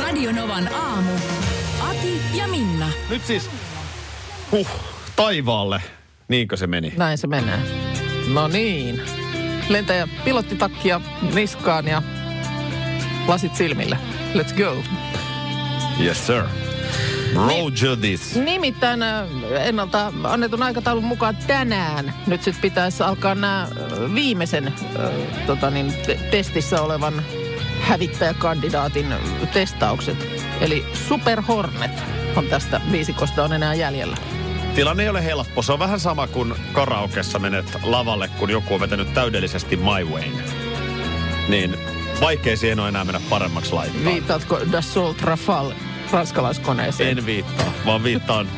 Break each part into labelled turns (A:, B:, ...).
A: Radionovan aamu. Ati ja Minna.
B: Nyt siis, huh, taivaalle. Niinkö se meni?
C: Näin se menee. No niin. Lentäjä pilottitakkia niskaan ja lasit silmille. Let's go.
B: Yes, sir. Roger this.
C: Nimittäin äh, ennalta annetun aikataulun mukaan tänään nyt sitten pitäisi alkaa nämä viimeisen äh, tota niin, te- testissä olevan hävittäjäkandidaatin äh, testaukset. Eli Super Hornet on tästä viisikosta on enää jäljellä.
B: Tilanne ei ole helppo. Se on vähän sama kuin karaokessa menet lavalle, kun joku on vetänyt täydellisesti My Wayn. Niin vaikea siihen on enää mennä paremmaksi laittaa.
C: Viittaatko Dassault Rafale ranskalaiskoneeseen?
B: En viittaa, vaan viittaan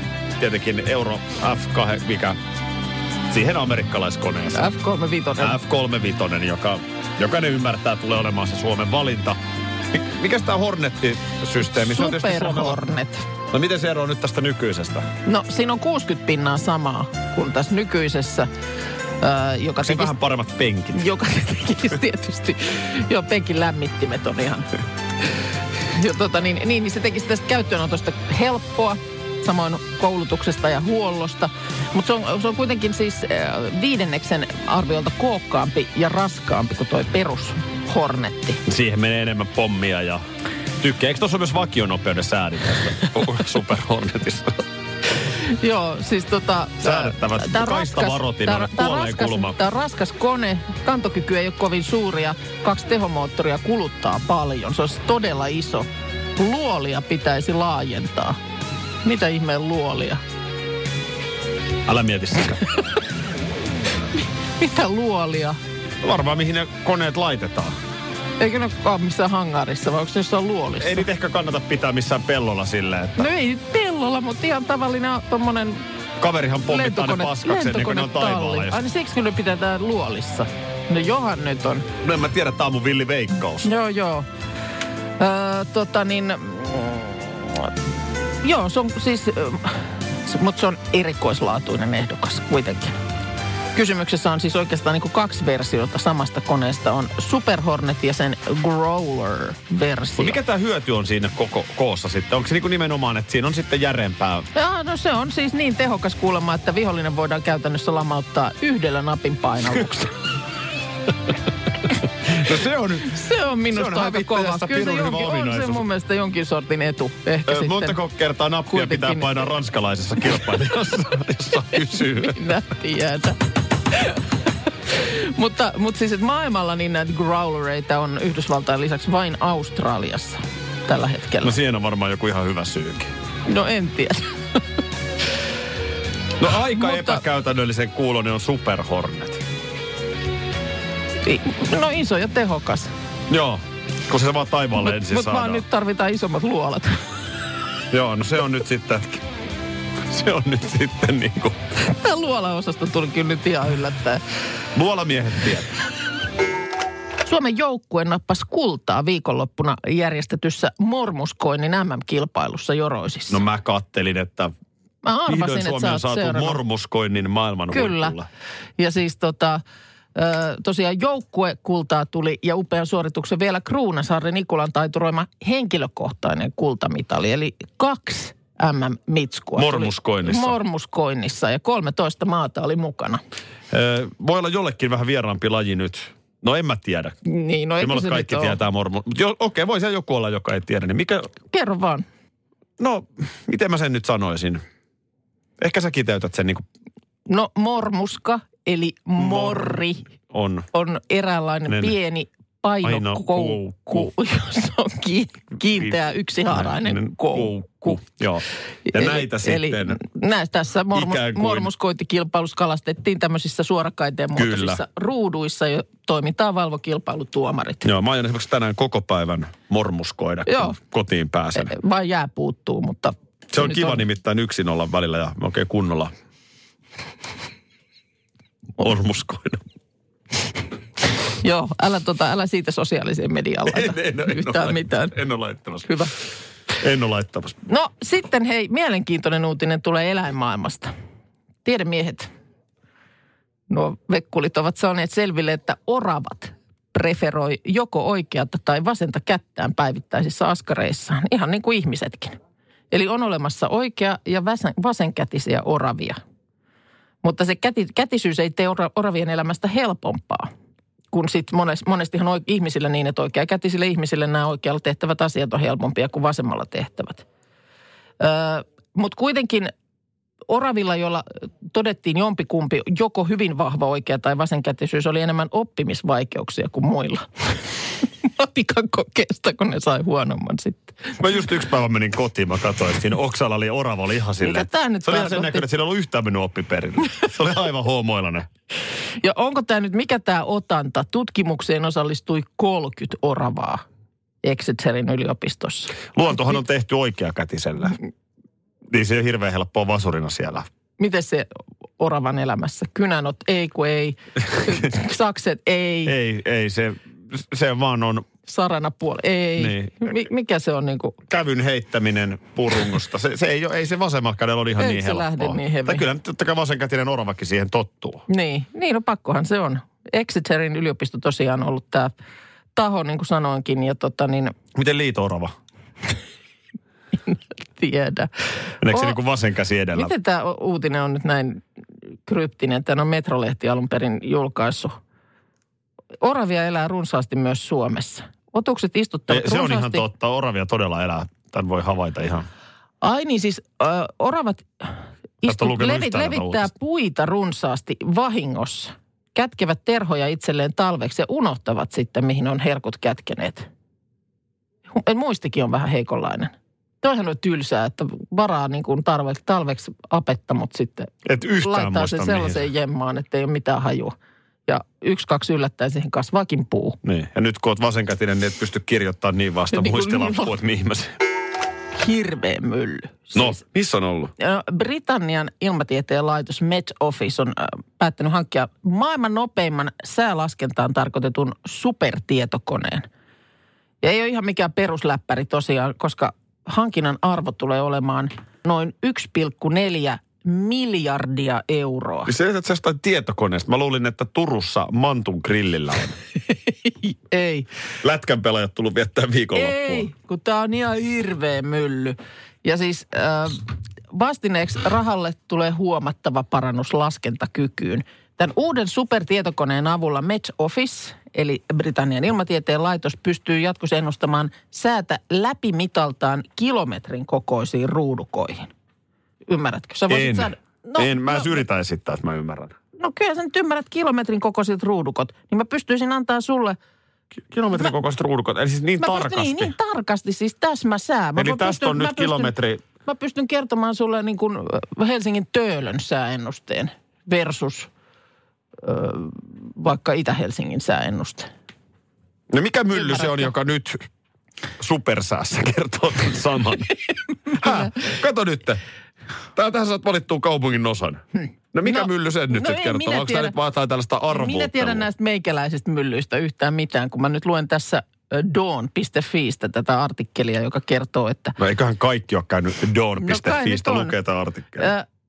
B: tietenkin Euro F2, mikä siihen amerikkalaiskoneeseen.
C: F35.
B: F35, Äh, joka jokainen ymmärtää tulee olemaan se Suomen valinta. Mik- Mikäs tämä Hornetti-systeemi? Se on tietysti
C: Super
B: Suomella-
C: Hornet.
B: No miten se eroaa nyt tästä nykyisestä?
C: No siinä on 60 pinnaa samaa kuin tässä nykyisessä, ää, joka,
B: Siinä
C: tekisi,
B: vähän paremmat penkit.
C: joka tekisi tietysti, joo penkin lämmittimet on ihan, jo, tota, niin, niin, niin se tekisi tästä käyttöönotosta helppoa, samoin koulutuksesta ja huollosta, mutta se on, se on kuitenkin siis ää, viidenneksen arviolta kookkaampi ja raskaampi kuin toi perus Hornetti.
B: Siihen menee enemmän pommia ja tykkää. Eikö tuossa ole myös vakionopeuden säädin tässä Super Hornetissa?
C: Joo, siis tota...
B: Säädettävät
C: tää- tää on
B: kaistavarotin
C: tää-
B: alle
C: tää on
B: kuolleen
C: raskas-
B: kulma.
C: Tää on raskas kone, kantokyky ei ole kovin suuri ja kaksi tehomoottoria kuluttaa paljon. Se olisi todella iso. Luolia pitäisi laajentaa. Mitä ihmeen luolia?
B: Älä mieti sitä.
C: Mitä luolia?
B: No Varmaan mihin ne koneet laitetaan.
C: Eikö ne ole missään hangarissa vai onko ne jossain luolissa?
B: Ei niitä ehkä kannata pitää missään pellolla silleen, että
C: No ei nyt pellolla, mutta ihan tavallinen tommonen
B: kaverihan pommittaa ne
C: lentokone,
B: paskaksi ennen kuin ne on taivaalla.
C: lentokonetalli.
B: Ja
C: Aina siksi kun ne pitää tää luolissa. No johan nyt on.
B: No en mä tiedä, tää on mun villi veikkaus.
C: Joo, joo. Öö, tota niin, mm, joo, se on siis, mutta se on erikoislaatuinen ehdokas kuitenkin. Kysymyksessä on siis oikeastaan niin kaksi versiota samasta koneesta. On Super Hornet ja sen Growler-versio.
B: Mut mikä tämä hyöty on siinä koko koossa sitten? Onko se niinku nimenomaan, että siinä on sitten järeempää?
C: Jaa, no se on siis niin tehokas kuulemma, että vihollinen voidaan käytännössä lamauttaa yhdellä napin painalluksella.
B: No se on...
C: se on minusta
B: Se on
C: aika kova.
B: hävittäjässä
C: Kyllä se
B: pirun hyvä
C: jonkin, on se
B: ominaisuus.
C: mun mielestä jonkin sortin etu. Ehkä
B: Ö,
C: sitten.
B: Montako kertaa nappia
C: kuitenkin- niin.
B: pitää painaa ranskalaisessa kilpailijassa, jossa kysyy?
C: Minä tiedän. mutta, mutta siis, että maailmalla niin näitä growlereita on Yhdysvaltain lisäksi vain Australiassa tällä hetkellä.
B: No siihen on varmaan joku ihan hyvä syykin.
C: No en tiedä.
B: No aika
C: Mutta-
B: epäkäytännöllisen kuulonen on Super Hornet.
C: I- No iso ja tehokas.
B: Joo, kun se vaan taivaalle
C: Mutta
B: ensin
C: mut
B: saadaan.
C: vaan nyt tarvitaan isommat luolat.
B: Joo, no se on nyt sitten... Se on nyt sitten niinku...
C: Tämä luolaosasto tuli kyllä nyt ihan yllättäen.
B: Luolamiehet tietää.
C: Suomen joukkue nappasi kultaa viikonloppuna järjestetyssä mormuskoinnin MM-kilpailussa Joroisissa.
B: No mä kattelin, että
C: Mä arvasin,
B: vihdoin
C: että
B: Suomi
C: sä
B: on
C: oot
B: saatu
C: seurannut.
B: mormuskoinnin maailman
C: Kyllä.
B: huipulla.
C: Ja siis tota, ö, tosiaan joukkue kultaa tuli ja upean suorituksen vielä Kruunasaari Nikulan taituroima henkilökohtainen kultamitali. Eli kaksi MM-mitskua. tuli
B: Mormuskoinnissa.
C: Mormuskoinnissa ja 13 maata oli mukana.
B: Öö, voi olla jollekin vähän vieraampi laji nyt. No en mä tiedä.
C: Niin, no
B: Kyllä
C: eikö
B: mulle
C: se
B: kaikki
C: nyt
B: tietää mormu. Mutta okei, okay, voi siellä joku olla, joka ei tiedä. Niin mikä,
C: Ole? Kerro vaan.
B: no, miten mä sen nyt sanoisin? Ehkä sä kiteytät sen niin kuin
C: No mormuska eli morri
B: on.
C: on eräänlainen
B: Nen-
C: pieni painokoukku,
B: painokoukku.
C: jossa on ki- kiinteä yksihaarainen
B: Nen-
C: koukku. joku.
B: Niin. Joo. Ja eli, näitä
C: eli
B: sitten.
C: Näissä tässä mormus,
B: ikään kuin-
C: mormuskointikilpailussa kalastettiin tämmöisissä suorakaiteen
B: Kyllä.
C: muotoisissa ruuduissa, jo toimintaa valvokilpailutuomarit.
B: Joo, mä aion esimerkiksi tänään koko päivän mormuskoida, kun
C: Joo.
B: kotiin pääsen.
C: Vain jää puuttuu, mutta...
B: Se on
C: nyt
B: kiva nimittäin yksin olla välillä ja oikein kunnolla mormuskoida.
C: Joo, älä, tota, älä siitä sosiaaliseen mediaan laita
B: no,
C: yhtään mitään.
B: En ole laittamassa.
C: Hyvä.
B: En ole laittamassa.
C: No sitten hei, mielenkiintoinen uutinen tulee eläinmaailmasta. Tiedemiehet, nuo vekkulit ovat saaneet selville, että oravat preferoi joko oikeata tai vasenta kättään päivittäisissä askareissaan, ihan niin kuin ihmisetkin. Eli on olemassa oikea ja vasen, vasenkätisiä oravia. Mutta se käti, kätisyys ei tee ora, oravien elämästä helpompaa, kun sitten mones, monestihan oik, ihmisillä niin, että oikeakätisille ihmisille nämä oikealla tehtävät asiat on helpompia kuin vasemmalla tehtävät. Öö, Mutta kuitenkin oravilla, joilla todettiin jompikumpi, joko hyvin vahva oikea tai vasenkätisyys, oli enemmän oppimisvaikeuksia kuin muilla. Matikan kokeesta, kun ne sai huonomman sitten.
B: Mä just yksi päivä menin kotiin, mä katsoin, että siinä oksalla oli orava, oli ihan silleen.
C: Mitä tää nyt
B: se oli ihan sen
C: tarkoitti?
B: näköinen, että siinä ei ollut yhtään minun oppiperille. Se oli aivan hoomoilainen.
C: Ja onko tämä nyt, mikä tämä otanta? Tutkimukseen osallistui 30 oravaa Exeterin yliopistossa.
B: Luontohan on tehty oikeakätisellä. Niin se ei ole hirveän helppoa vasurina siellä.
C: Miten se oravan elämässä? Kynänot, ei kun ei. Sakset, ei.
B: Ei, ei se, se vaan on
C: Sarana puoli, ei.
B: Niin.
C: Mi- mikä se on niinku?
B: kävyn heittäminen purungosta. Se, se ei, ole- ei se vasemmalla kädellä ole ihan
C: Ei
B: niin
C: se
B: helppoa.
C: lähde niin hevin.
B: Tai kyllä nyt totta kai vasenkätinen oravakin siihen tottuu.
C: Niin, niin no pakkohan se on. Exeterin yliopisto tosiaan on ollut tämä taho, niin kuin sanoinkin, ja tota niin,
B: Miten liito-orava?
C: tiedä.
B: Meneekö se
C: O-
B: niin kuin vasen käsi edellä?
C: Miten tämä uutinen on nyt näin kryptinen? Tämä on Metrolehti alun perin julkaissut. Oravia elää runsaasti myös Suomessa. Otukset istuttavat
B: Ei, se on ihan
C: runsaasti-
B: totta. Oravia todella elää. Tämän voi havaita ihan.
C: Ai niin siis äh, oravat istut,
B: lukenut
C: levit,
B: yhtään tätä
C: levittää
B: uutista.
C: puita runsaasti vahingossa. Kätkevät terhoja itselleen talveksi ja unohtavat sitten, mihin on herkut kätkeneet. Hu- En muistikin on vähän heikonlainen. Toihan on tylsää, että varaa niin kuin tarveksi, talveksi apetta, mutta sitten
B: Et yhtään
C: laittaa sen
B: muista
C: sellaiseen
B: mihin.
C: jemmaan, että ei ole mitään hajua. Ja yksi, kaksi yllättäen siihen kasvaakin puu.
B: Niin. Ja nyt kun oot vasenkätinen, niin et pysty kirjoittamaan niin vasta
C: Ja niin kuin
B: muistilappuun,
C: niin
B: että mihin mä se...
C: Hirveä mylly. Siis
B: No, missä on ollut?
C: Ö, Britannian ilmatieteen laitos Met Office on ö, päättänyt hankkia maailman nopeimman säälaskentaan tarkoitetun supertietokoneen. Ja ei ole ihan mikään perusläppäri tosiaan, koska hankinnan arvo tulee olemaan noin 1,4 miljardia euroa.
B: Niin Se että se jostain tietokoneesta. Mä luulin, että Turussa Mantun grillillä on.
C: Ei,
B: Lätkän pelaajat tullut viettää
C: ei,
B: viikonloppuun.
C: kun tämä on ihan hirveä mylly. Ja siis äh, vastineeksi rahalle tulee huomattava parannus laskentakykyyn. Tämän uuden supertietokoneen avulla Met Office, eli Britannian ilmatieteen laitos, pystyy jatkossa ennustamaan säätä läpimitaltaan kilometrin kokoisiin ruudukoihin. Ymmärrätkö? Sä voisit
B: En.
C: saada-
B: No, en. Mä no. yritän esittää, että mä ymmärrän.
C: No kyllä sä nyt ymmärrät kilometrin kokoiset ruudukot, niin mä pystyisin antaa sulle...
B: Kilometrin kokoiset ruudukot. Eli siis niin
C: Mä
B: tarkasti.
C: pystyn, niin, niin tarkasti, siis täsmä sää. Mä
B: Eli
C: pystyn-
B: tästä on
C: mä
B: nyt kilometri.
C: Mä pystyn kertomaan sulle niin kuin äh, Helsingin Töölön sääennusteen versus ö, vaikka Itä-Helsingin sääennuste.
B: No mikä mylly se on, joka nyt supersäässä kertoo tämän saman? Häh? Kato nyt. Tää, tähän saat valittua kaupungin osan. No mikä
C: No,
B: mylly sen nyt
C: no
B: sit
C: en
B: kertoo?
C: minä
B: Onko tämä
C: tiedä.
B: nyt vaan jotain tällaista arvuutta?
C: Minä tiedän näistä meikäläisistä myllyistä yhtään mitään, kun mä nyt luen tässä ö, dawn.fiistä tätä artikkelia, joka kertoo, että
B: No eiköhän kaikki ole käynyt
C: No kai nyt
B: don.fiistä
C: on.
B: lukee tämä artikkeli.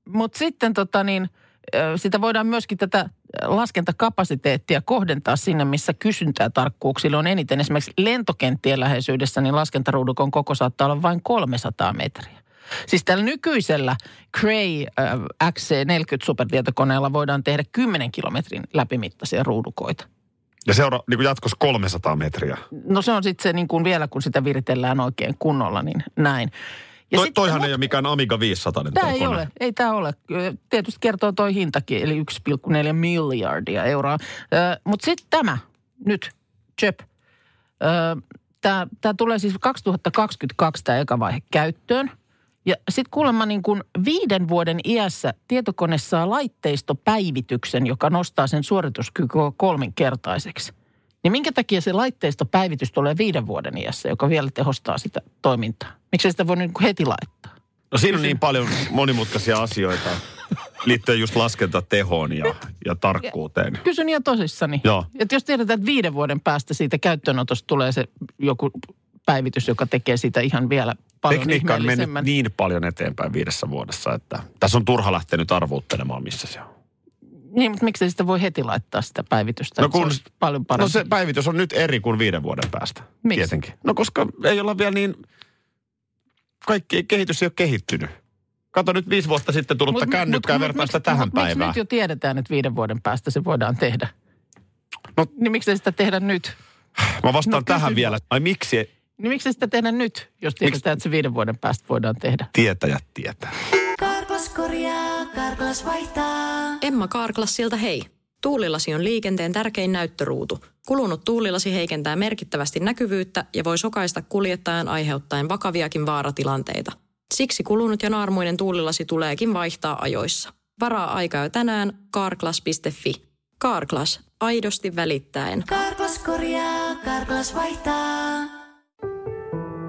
C: Mutta sitten tota niin, ö, sitä voidaan myöskin tätä laskentakapasiteettia kohdentaa sinne, missä kysyntää tarkkuuksille on eniten. Esimerkiksi lentokenttien läheisyydessä niin laskentaruudukon koko saattaa olla vain 300 metriä. Siis tällä nykyisellä Cray äh, XC40-supertietokoneella voidaan tehdä 10 kilometrin läpimittaisia ruudukoita.
B: Ja seura niin jatkossa 300 metriä.
C: No se on sitten se niin kuin vielä, kun sitä viritellään oikein kunnolla, niin näin. Ja
B: Toi,
C: sit-
B: toihan ei ole mikään Amiga 500. toi
C: Tämä ei
B: kone.
C: ole, ei tämä ole. Ö, Tietysti kertoo toi hintakin, eli 1,4 miljardia euroa. Mutta sitten tämä, nyt, chöp. Tämä tulee siis 2022 tämä eka vaihe käyttöön. Ja sitten kuulemma niin kuin viiden vuoden iässä tietokone saa laitteistopäivityksen, joka nostaa sen suorituskykyä kolminkertaiseksi. Niin minkä takia se laitteistopäivitys tulee viiden vuoden iässä, joka vielä tehostaa sitä toimintaa? Miksei sitä voi niin kuin heti laittaa?
B: No siinä on niin paljon monimutkaisia asioita liittyen just laskentatehoon ja, ja tarkkuuteen.
C: Kysyn ihan tosissani.
B: Joo.
C: Että jos tiedetään, että viiden vuoden päästä siitä käyttöönotosta tulee se joku päivitys, joka tekee siitä ihan vielä paljon
B: Tekniikka on mennyt
C: ihmeellisemmän.
B: niin paljon eteenpäin viidessä vuodessa, että tässä on turha lähteä nyt arvuuttelemaan, missä se on.
C: Niin, mutta miksei sitä voi heti laittaa sitä päivitystä?
B: No
C: että se
B: kun-
C: olisi paljon parempi.
B: No se päivitys on nyt eri kuin viiden vuoden päästä.
C: Miksi?
B: Tietenkin. No koska ei olla vielä niin, kaikki kehitys ei ole kehittynyt. Kato nyt viisi vuotta sitten tullutta
C: Mut-
B: kännykkää
C: mut-
B: mut,
C: mut-
B: vertaa sitä
C: miksi-
B: tähän
C: mut Miksi
B: päivään.
C: nyt jo tiedetään, että viiden vuoden päästä se voidaan tehdä?
B: No-
C: Niin miksei sitä tehdä nyt?
B: Mä vastaan
C: No
B: no,
C: kysy
B: tähän
C: vaan.
B: vielä. Ai miksi
C: Niin miksei sitä tehdä nyt, jos tiedetään, että se viiden vuoden päästä voidaan tehdä?
B: tietäjät tietää?
D: Karklas korjaa, Karklas vaihtaa.
E: Emma Karklassilta hei. Tuulilasi on liikenteen tärkein näyttöruutu. Kulunut tuulilasi heikentää merkittävästi näkyvyyttä ja voi sokaista kuljettajan aiheuttaen vakaviakin vaaratilanteita. Siksi kulunut ja naarmuinen tuulilasi tuleekin vaihtaa ajoissa. Varaa aikaa jo tänään karklas.fi. Karklas, aidosti välittäen.
D: Karklas korjaa, Karklas vaihtaa.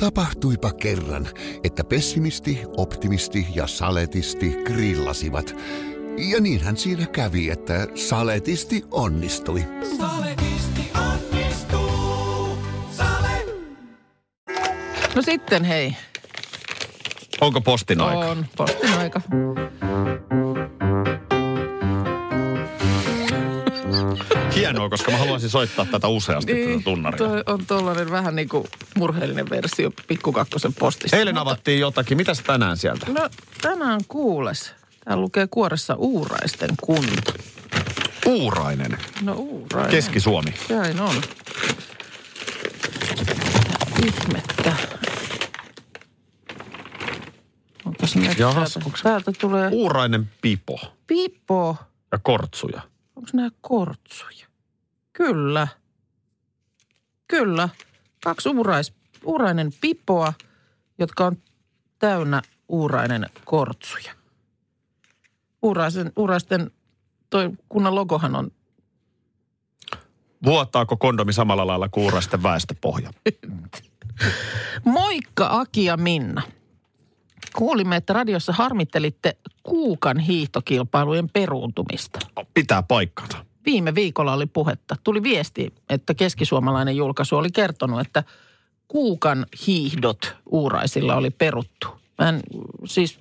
F: Tapahtuipa kerran, että pessimisti, optimisti ja saletisti grillasivat. Ja niinhän siinä kävi, että saletisti onnistui.
C: No sitten hei,
B: Onko postin aika?
C: on postin aika.
B: Hienoa, koska mä haluaisin soittaa tätä useasti tätä tunnaria.
C: Oh. Niin, toi on tuollainen vähän niin kuin murheellinen versio pikkukakkosen postista.
B: Eilen avattiin jotakin. Mitäs tänään sieltä?
C: No tänään kuules. Täällä lukee kuoressa uuraisten kunto.
B: Uurainen.
C: No uurainen.
B: Keski-Suomi.
C: Näin on. Ihmettä. Onpas nyt
B: Jahas,
C: täältä,
B: onko se-
C: täältä tulee
B: Uurainen pipo
C: pipo.
B: ja kortsuja.
C: Onko nämä kortsuja? Kyllä. Kyllä. Kaksi uurais, uurainen pipoa, jotka on täynnä uurainen kortsuja. Uuraisen, uuraisten, toi kunnan logohan on
B: Vuotaako kondomi samalla lailla kuin uuraisten väestöpohja?
C: Moikka Aki ja Minna. Kuulimme, että radiossa harmittelitte kuukan hiihtokilpailujen peruuntumista.
B: Pitää paikkansa.
C: Viime viikolla oli puhetta. Tuli viesti, että keskisuomalainen julkaisu oli kertonut, että kuukan hiihdot uuraisilla oli peruttu. Mä en, siis,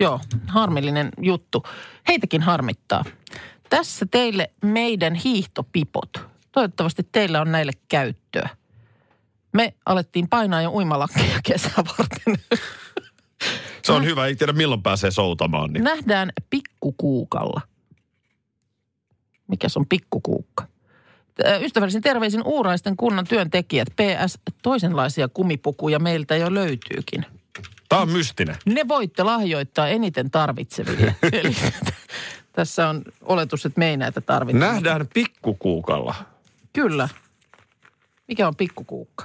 C: joo, harmillinen juttu. Heitäkin harmittaa. Tässä teille meidän hiihtopipot. Toivottavasti teillä on näille käyttöä. Me alettiin painaa jo uimalakkeja kesää varten.
B: Se
C: No.
B: on hyvä, ei tiedä milloin pääsee soutamaan. Niin.
C: Nähdään pikkukuukalla. Mikä on pikkukuukka? Ö, Ystävällisin terveisin uuraisten kunnan työntekijät. PS, toisenlaisia kumipukuja meiltä jo löytyykin.
B: Tämä on mystinen.
C: Ne voitte lahjoittaa eniten tarvitseville. Eli tässä on oletus, että me ei näitä tarvitse.
B: Nähdään pikkukuukalla.
C: Kyllä. Mikä on pikkukuukka?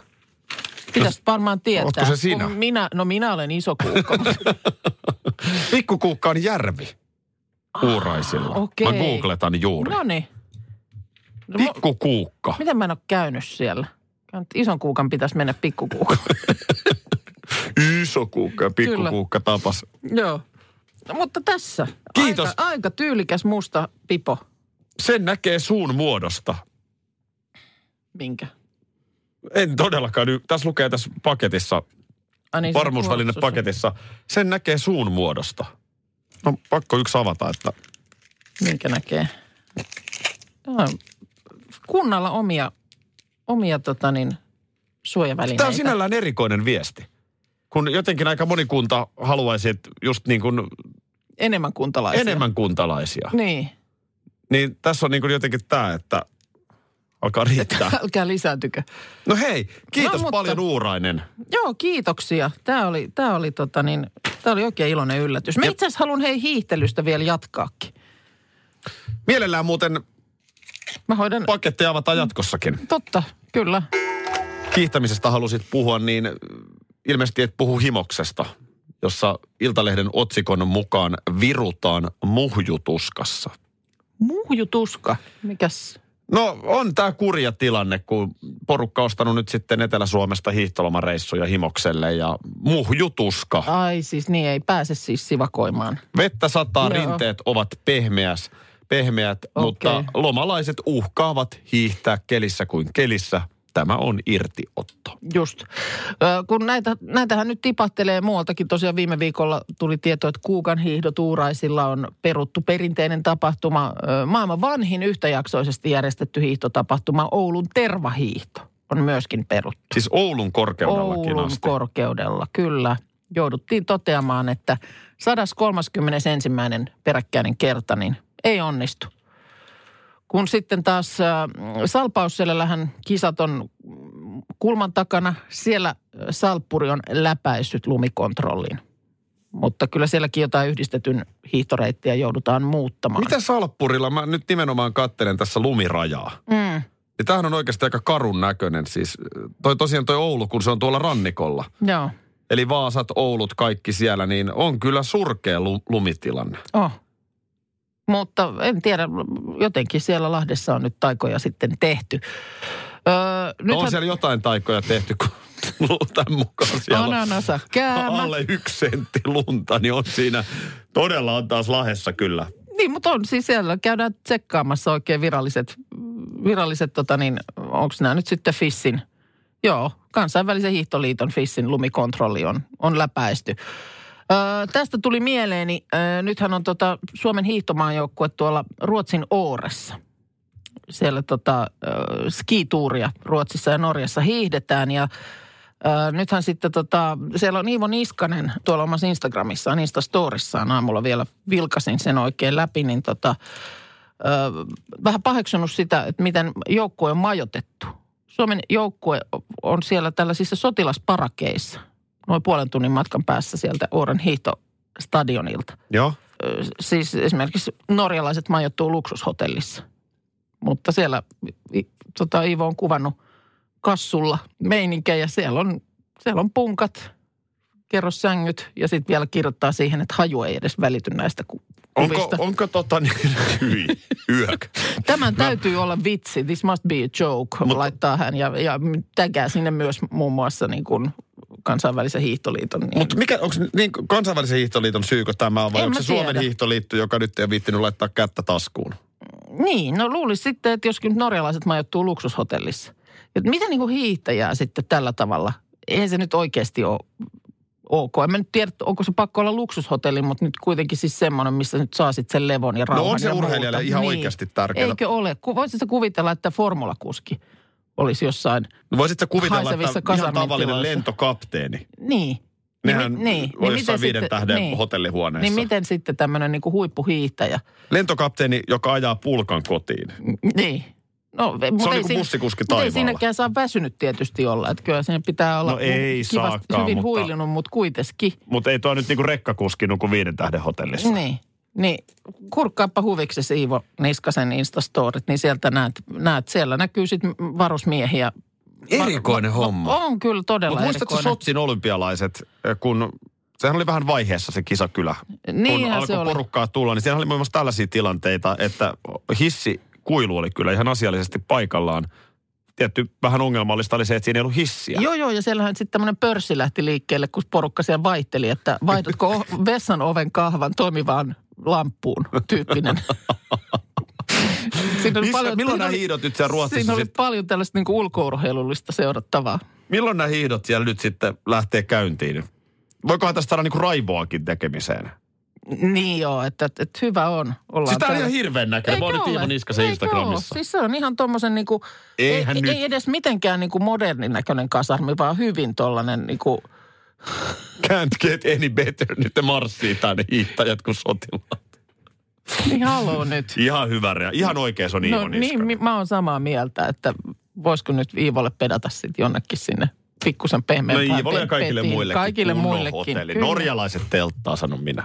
C: Pitäisi varmaan tietää.
B: ootko se sinä?
C: Kun Minä, no minä olen iso kuukka.
B: Pikkukuukka on järvi uuraisilla.
C: Ah, okei.
B: Mä googletan juuri.
C: no niin. No, mu-
B: Pikkukuukka.
C: Miten mä en ole käynyt siellä? Käynyt Ison kuukan pitäisi mennä pikkukuukan.
B: Iso kuukka ja pikkukuukka tapas.
C: Joo. No, mutta tässä.
B: Kiitos.
C: Aika, aika tyylikäs musta pipo.
B: Sen näkee suun muodosta.
C: Minkä?
B: En todellakaan. y- Tässä lukee tässä paketissa,
C: Ai niin, se on kuorsussa.
B: varmuusvälinepaketissa. Sen näkee suun muodosta. No pakko yksi avata, että
C: Minkä näkee? Joo. Kunnalla omia, omia tota niin, suojavälineitä.
B: Tämä on sinällään erikoinen viesti. Kun jotenkin aika moni kunta haluaisi, että just niin kuin
C: Enemmän kuntalaisia.
B: enemmän kuntalaisia.
C: Niin.
B: Niin tässä on niin kuin jotenkin tämä, että alkaa riittää.
C: Älkää lisääntykö.
B: No hei, kiitos no,
C: No, mutta-
B: paljon Uurainen.
C: Joo, kiitoksia. Tämä oli, tämä oli, tota niin, tämä oli oikein iloinen yllätys. Mä itse asiassa haluan hei hiihtelystä vielä jatkaakin.
B: Mielellään muuten
C: Mä hoidan...
B: paketteja
C: Mm.
B: avataan jatkossakin.
C: Totta, kyllä.
B: Kiihtämisestä halusit puhua, niin äh, ilmeisesti et puhu himoksesta, jossa Iltalehden otsikon mukaan virutaan muhjutuskassa.
C: Muhjutuska. Mikäs?
B: No on tämä kurja tilanne, kun porukka on ostanut nyt sitten Etelä-Suomesta hiihtolomareissuja himokselle ja muhjutuska.
C: Ai siis niin, ei pääse siis sivakoimaan.
B: Vettä sataa,
C: Joo.
B: rinteet ovat pehmeäs, pehmeät, okay. mutta lomalaiset uhkaavat hiihtää kelissä kuin kelissä. Tämä on irtiotto.
C: Just. Ö, kun näitä, näitähän nyt tipahtelee muualtakin. Tosiaan viime viikolla tuli tieto, että Kuukan hiihdot Uuraisilla on peruttu perinteinen tapahtuma. Ö, maailman vanhin yhtäjaksoisesti järjestetty hiihtotapahtuma Oulun tervahiihto on myöskin peruttu.
B: Siis Oulun korkeudellakin
C: Oulun
B: asti.
C: korkeudella, kyllä. Jouduttiin toteamaan, että 131. peräkkäinen kerta, niin ei onnistu. Kun sitten taas äh, Salpausselällähän kisat on mm, kulman takana, siellä äh, Salppuri on läpäissyt lumikontrolliin. Mutta kyllä sielläkin jotain yhdistetyn hiihtoreittiä joudutaan muuttamaan.
B: Mitä Salppurilla? Mä nyt nimenomaan kattelen tässä lumirajaa.
C: Mm,
B: Ja tämähän on oikeasti aika karun näköinen. Siis toi tosiaan toi Oulu, kun se on tuolla rannikolla.
C: joo,
B: Eli Vaasat, Oulut, kaikki siellä, niin on kyllä surkea lu- lumitilanne. No
C: oh. Mutta en tiedä, jotenkin siellä Lahdessa on nyt taikoja sitten tehty. Öö,
B: No on
C: nythän-
B: siellä jotain taikoja tehty, kun tämän mukaan siellä on.
C: On, on osa käämä.
B: alle yksi sentti lunta, niin on siinä, todella on taas lahessa kyllä.
C: Niin, mutta on siis siellä. Käydään tsekkaamassa oikein viralliset, viralliset tota niin, onko nämä nyt sitten FISin? Joo, kansainvälisen hiihtoliiton FISin lumikontrolli on, on läpäisty. Öö, tästä tuli mieleeni, öö, nythän on tota Suomen hiihtomaanjoukkue tuolla Ruotsin Ooressa. Siellä tota, öö, skituuria Ruotsissa ja Norjassa hiihdetään ja Öö, nythän sitten tota, siellä on Iivo Niskanen tuolla omassa Instagramissaan, Instastorissaan aamulla vielä vilkasin sen oikein läpi, niin tota, öö, vähän paheksunut sitä, että miten joukkue on majotettu. Suomen joukkue on siellä tällaisissa sotilasparakeissa, noin puolen tunnin matkan päässä sieltä Ooren hiihtostadionilta
B: Joo.
C: siis esimerkiksi norjalaiset majoittuu luksushotellissa. Mutta siellä i- tota, Iivo on kuvannut kassulla meininkejä. Siellä on, siellä on punkat, kerrossängyt ja sitten vielä kirjoittaa siihen, että haju ei edes välity näistä ku-
B: Onko,
C: kuvista.
B: onko tota niin, hyi, yök.
C: Tämän täytyy olla vitsi. This must be a joke, Mut, laittaa hän. Ja, ja tägää sinne myös muun muassa niin kuin kansainvälisen hiihtoliiton. Niin
B: Mutta mikä, onko niin kuin kansainvälisen hiihtoliiton syykö tämä on, vai
C: En
B: onko
C: mä
B: se Suomen
C: tiedä.
B: hiihtoliitto, joka nyt ei ole viittinyt laittaa kättä taskuun?
C: Niin, no luulisi sitten, että joskin norjalaiset majoittuu luksushotellissa. Et mitä niin kuin hiihtäjää sitten tällä tavalla? Eihän se nyt oikeasti ole ok. En mä nyt tiedä, että onko se pakko olla luksushotelli, mutta nyt kuitenkin siis semmoinen, missä nyt saa sitten sen levon ja rauhan
B: No on se
C: ja muuta. Niin.
B: urheilijalle ihan oikeasti tärkeää.
C: Eikö ole? Ku- Voisitko kuvitella, että formulakuski olisi jossain?
B: No voisit sä kuvitella,
C: Haisevissa
B: että ihan
C: kasarmin
B: tavallinen
C: tiloissa.
B: lentokapteeni.
C: Niin.
B: Nehän
C: mi-
B: on jossain
C: miten
B: viiden
C: sitten-
B: tähden
C: niin.
B: hotellihuoneessa.
C: Niin miten sitten tämmöinen niin huippuhiihtäjä?
B: Lentokapteeni, joka ajaa pulkan kotiin.
C: Niin. No, se
B: on niinku bussikuski
C: Ei
B: taivaalla.
C: siinäkään saa väsynyt tietysti olla. Että kyllä siinä pitää olla
B: No ei
C: kivasti
B: saakaan,
C: hyvin
B: mutta-
C: huilinut, mutta kuitenkin.
B: Mutta ei tuo nyt niinku rekkakuski nuku viiden tähden hotellissa.
C: Niin. Niin, kurkkaappa huviksesi Iivo Niskasen Instastorit, niin sieltä näet, näet siellä näkyy sitten varusmiehiä.
B: Erikoinen homma.
C: On kyllä todella
B: Mutta muistatko
C: erikoinen.
B: Sotsin olympialaiset, eh, kun sehän oli vähän vaiheessa se kisakylä. kun
C: Niinhän
B: alkoi
C: se oli.
B: porukkaa tulla, niin siellä oli muun muassa tällaisia tilanteita, että hissi kuilu oli kyllä ihan asiallisesti paikallaan. Tietty vähän ongelmallista oli se, että siinä ei ollut hissiä.
C: Joo, joo, ja siellähän sitten tämmöinen pörssi lähti liikkeelle, kun porukka siellä vaihteli, että vaihdatko o- vessan oven kahvan toimivaan lamppuun tyyppinen. Siinä
B: Missä- milloin
C: siinä
B: nämä
C: oli-
B: hiidot nyt siellä Ruotsissa
C: Siinä oli
B: sit-
C: paljon tällaista niin ulkourheilullista seurattavaa.
B: Milloin nämä hiihdot siellä nyt sitten lähtee käyntiin? Voikohan tästä saada niinku raivoakin tekemiseen?
C: Niin joo, että, että, että hyvä on. Ollaan
B: Siis tää on
C: täällä.
B: ihan hirveän näköinen.
C: Eikö
B: Mä oon nyt
C: ole?
B: Iivo Niskasen
C: Eikö
B: Instagramissa.
C: ole? Siis se on ihan tommosen niinku,
B: Eihän
C: ei,
B: nyt.
C: ei edes mitenkään niinku modernin näköinen kasarmi, vaan hyvin tollanen niinku,
B: Can't get any better. Nyt te marssii tänne hiihtäjät kuin sotilaat.
C: Niin haluu nyt.
B: Ihan hyvä rea. Ihan oikein se on Iivo
C: no niin, mi- mä oon samaa mieltä, että voisiko nyt Iivolle pedata sitten jonnekin sinne pikkusen
B: No
C: pehmeämpään
B: Iivolle ja
C: pe-
B: kaikille
C: petiin.
B: muillekin.
C: Kaikille
B: kunnon
C: muillekin.
B: hotelli.
C: kyllä.
B: Norjalaiset telttaa, sanon minä.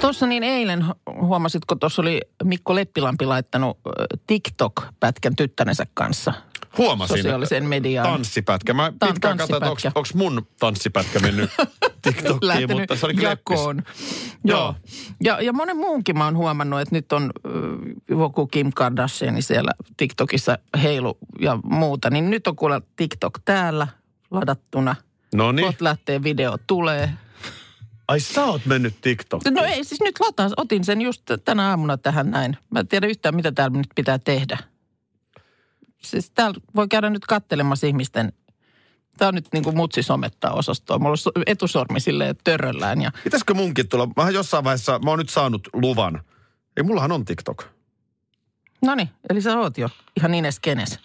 C: Tuossa niin eilen hu- huomasitko, tuossa oli Mikko Leppilampi laittanut ö, TikTok-pätkän tyttärensä kanssa
B: Huomasin.
C: sosiaaliseen mediaan.
B: Tanssipätkä. Mä
C: Tan-
B: pitkään katsoin,
C: tanssipätkä.
B: että onko mun tanssipätkä mennyt TikTokiin,
C: Lähtenyt
B: mutta se oli kyllä
C: jakoon.
B: Joo.
C: Joo. Ja, ja monen muunkin mä oon huomannut, että nyt on ö, joku Kim Kardashian siellä TikTokissa heilu ja muuta. Niin nyt on kuule TikTok täällä ladattuna.
B: No
C: Niin.
B: niin.
C: Kohta lähtee video, tulee.
B: Ai sä oot mennyt TikTokiin.
C: No ei, siis nyt lataan, otin sen just tänä aamuna tähän näin. Mä en tiedä yhtään, mitä täällä nyt pitää tehdä. Siis täällä voi käydä nyt kattelemassa ihmisten... Tää on nyt niin kuin mutsi somettaa osastoa. Mulla on so- etusormi silleen törröllään ja...
B: Pitäisikö munkin tulla? Mähän jossain vaiheessa, mä oon nyt saanut luvan. Ei, mullahan on TikTok.
C: No niin, eli sä oot jo ihan Ines Kenes.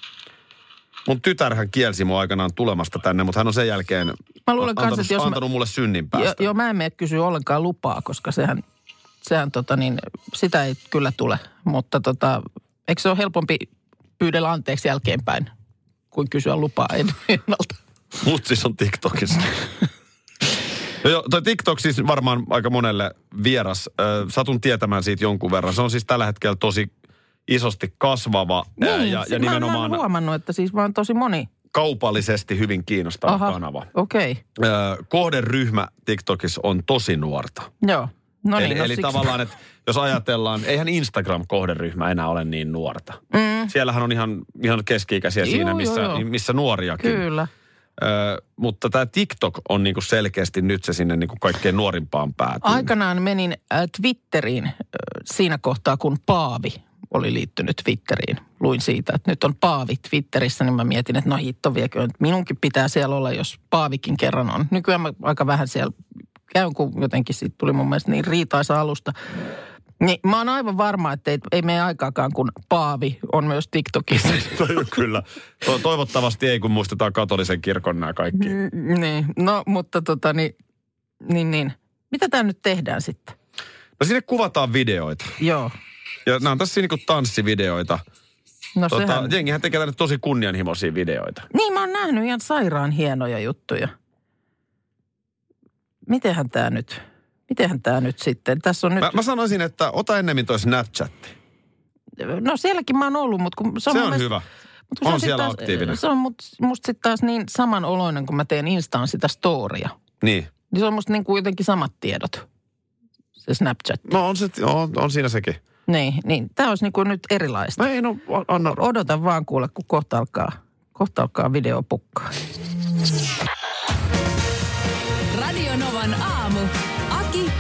B: Mun tytärhän kielsi mua aikanaan tulemasta tänne, mutta hän on sen jälkeen
C: Mä luulen
B: antanut,
C: kans, että jos mä-
B: antanut mulle synnin
C: Jo,
B: päästä.
C: joo, mä en mene kysyä ollenkaan lupaa, koska sehän, sehän tota niin, sitä ei kyllä tule. Mutta tota, eikö se ole helpompi pyydellä anteeksi jälkeenpäin kuin kysyä lupaa en- ennalta?
B: Mut siis on TikTokissa. No Joo, toi TikTok siis varmaan aika monelle vieras. Ö, Satun tietämään siitä jonkun verran. Se on siis tällä hetkellä tosi isosti kasvava ö,
C: Niin,
B: ja,
C: se-
B: ja
C: Mä oon
B: nimenomaan
C: aina huomannut, että siis vaan tosi moni.
B: kaupallisesti hyvin kiinnostava Aha. kanava.
C: okei. Okay.
B: Ö, Kohderyhmä TikTokissa on tosi nuorta.
C: Joo. No
B: eli
C: niin, no
B: eli
C: siksi-
B: tavallaan, että jos ajatellaan, eihän Instagram-kohderyhmä enää ole niin nuorta.
C: Mm,
B: Siellähän on ihan, ihan keski-ikäisiä
C: Joo,
B: siinä,
C: joo,
B: missä,
C: joo.
B: missä nuoriakin.
C: kyllä.
B: Ö, mutta tämä TikTok on niinku selkeästi nyt se sinne niinku kaikkein nuorimpaan päätyyn.
C: Aikanaan menin äh, Twitteriin äh, siinä kohtaa, kun Paavi oli liittynyt Twitteriin. Luin siitä, että nyt on Paavi Twitterissä, niin mä mietin, että no hitto viekö, että minunkin pitää siellä olla, jos Paavikin kerran on. Nykyään mä aika vähän siellä käyn, kun jotenkin siitä tuli mun mielestä niin riitaisa alusta. Niin mä oon aivan varma, että ei, ei mene aikaakaan, kun Paavi on myös TikTokissa.
B: Toi- Kyllä. To- toivottavasti ei, kun muistetaan katolisen kirkon nämä kaikki.
C: Mm, Niin, no mutta tota niin, niin, niin. Mitä tämä nyt tehdään sitten?
B: No sinne kuvataan videoita.
C: Joo,
B: Ja nämä on tässä niinku tanssivideoita.
C: no tota,
B: Tota,
C: sehän...
B: jengihän tekee tänne tosi kunnianhimoisia videoita.
C: Niin, mä oon nähnyt ihan sairaan hienoja juttuja. Mitenhän tämä nyt, mitenhän tämä nyt sitten, tässä on nyt,
B: Mä, mä sanoisin, että ota ennemmin toi Snapchat.
C: no sielläkin mä oon ollut, mutta kun se on,
B: Se
C: mun
B: on
C: mielestä-
B: hyvä.
C: Mut kun se
B: On
C: sit
B: siellä
C: taas,
B: aktiivinen.
C: Se on mut, musta sitten taas niin samanoloinen, kun mä teen Instaan sitä storia.
B: Niin.
C: Niin se on musta niin kuin jotenkin samat tiedot, se Snapchat.
B: No on, se, on, on siinä sekin.
C: Niin, niin. Tämä olisi niin kuin nyt erilaista.
B: No ei, no anna.
C: Odotan vaan kuule, kun kohta alkaa, kohta alkaa video pukkaa.
A: Radio Novan aamu. Aki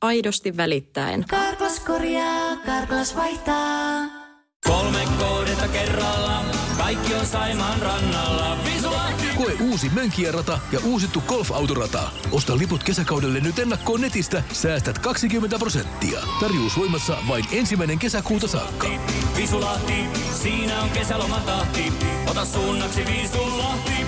E: aidosti välittäen.
D: Karklas korjaa, Karklas vaihtaa.
G: Koe uusi Mönkijärata ja uusittu golfautorata. Osta liput kesäkaudelle nyt ennakkoon netistä. Säästät 20 prosenttia. Tarjous voimassa vain ensimmäinen kesäkuuta saakka.
H: Viisulahti, siinä on kesälomatahti. Ota suunnaksi Viisulahti.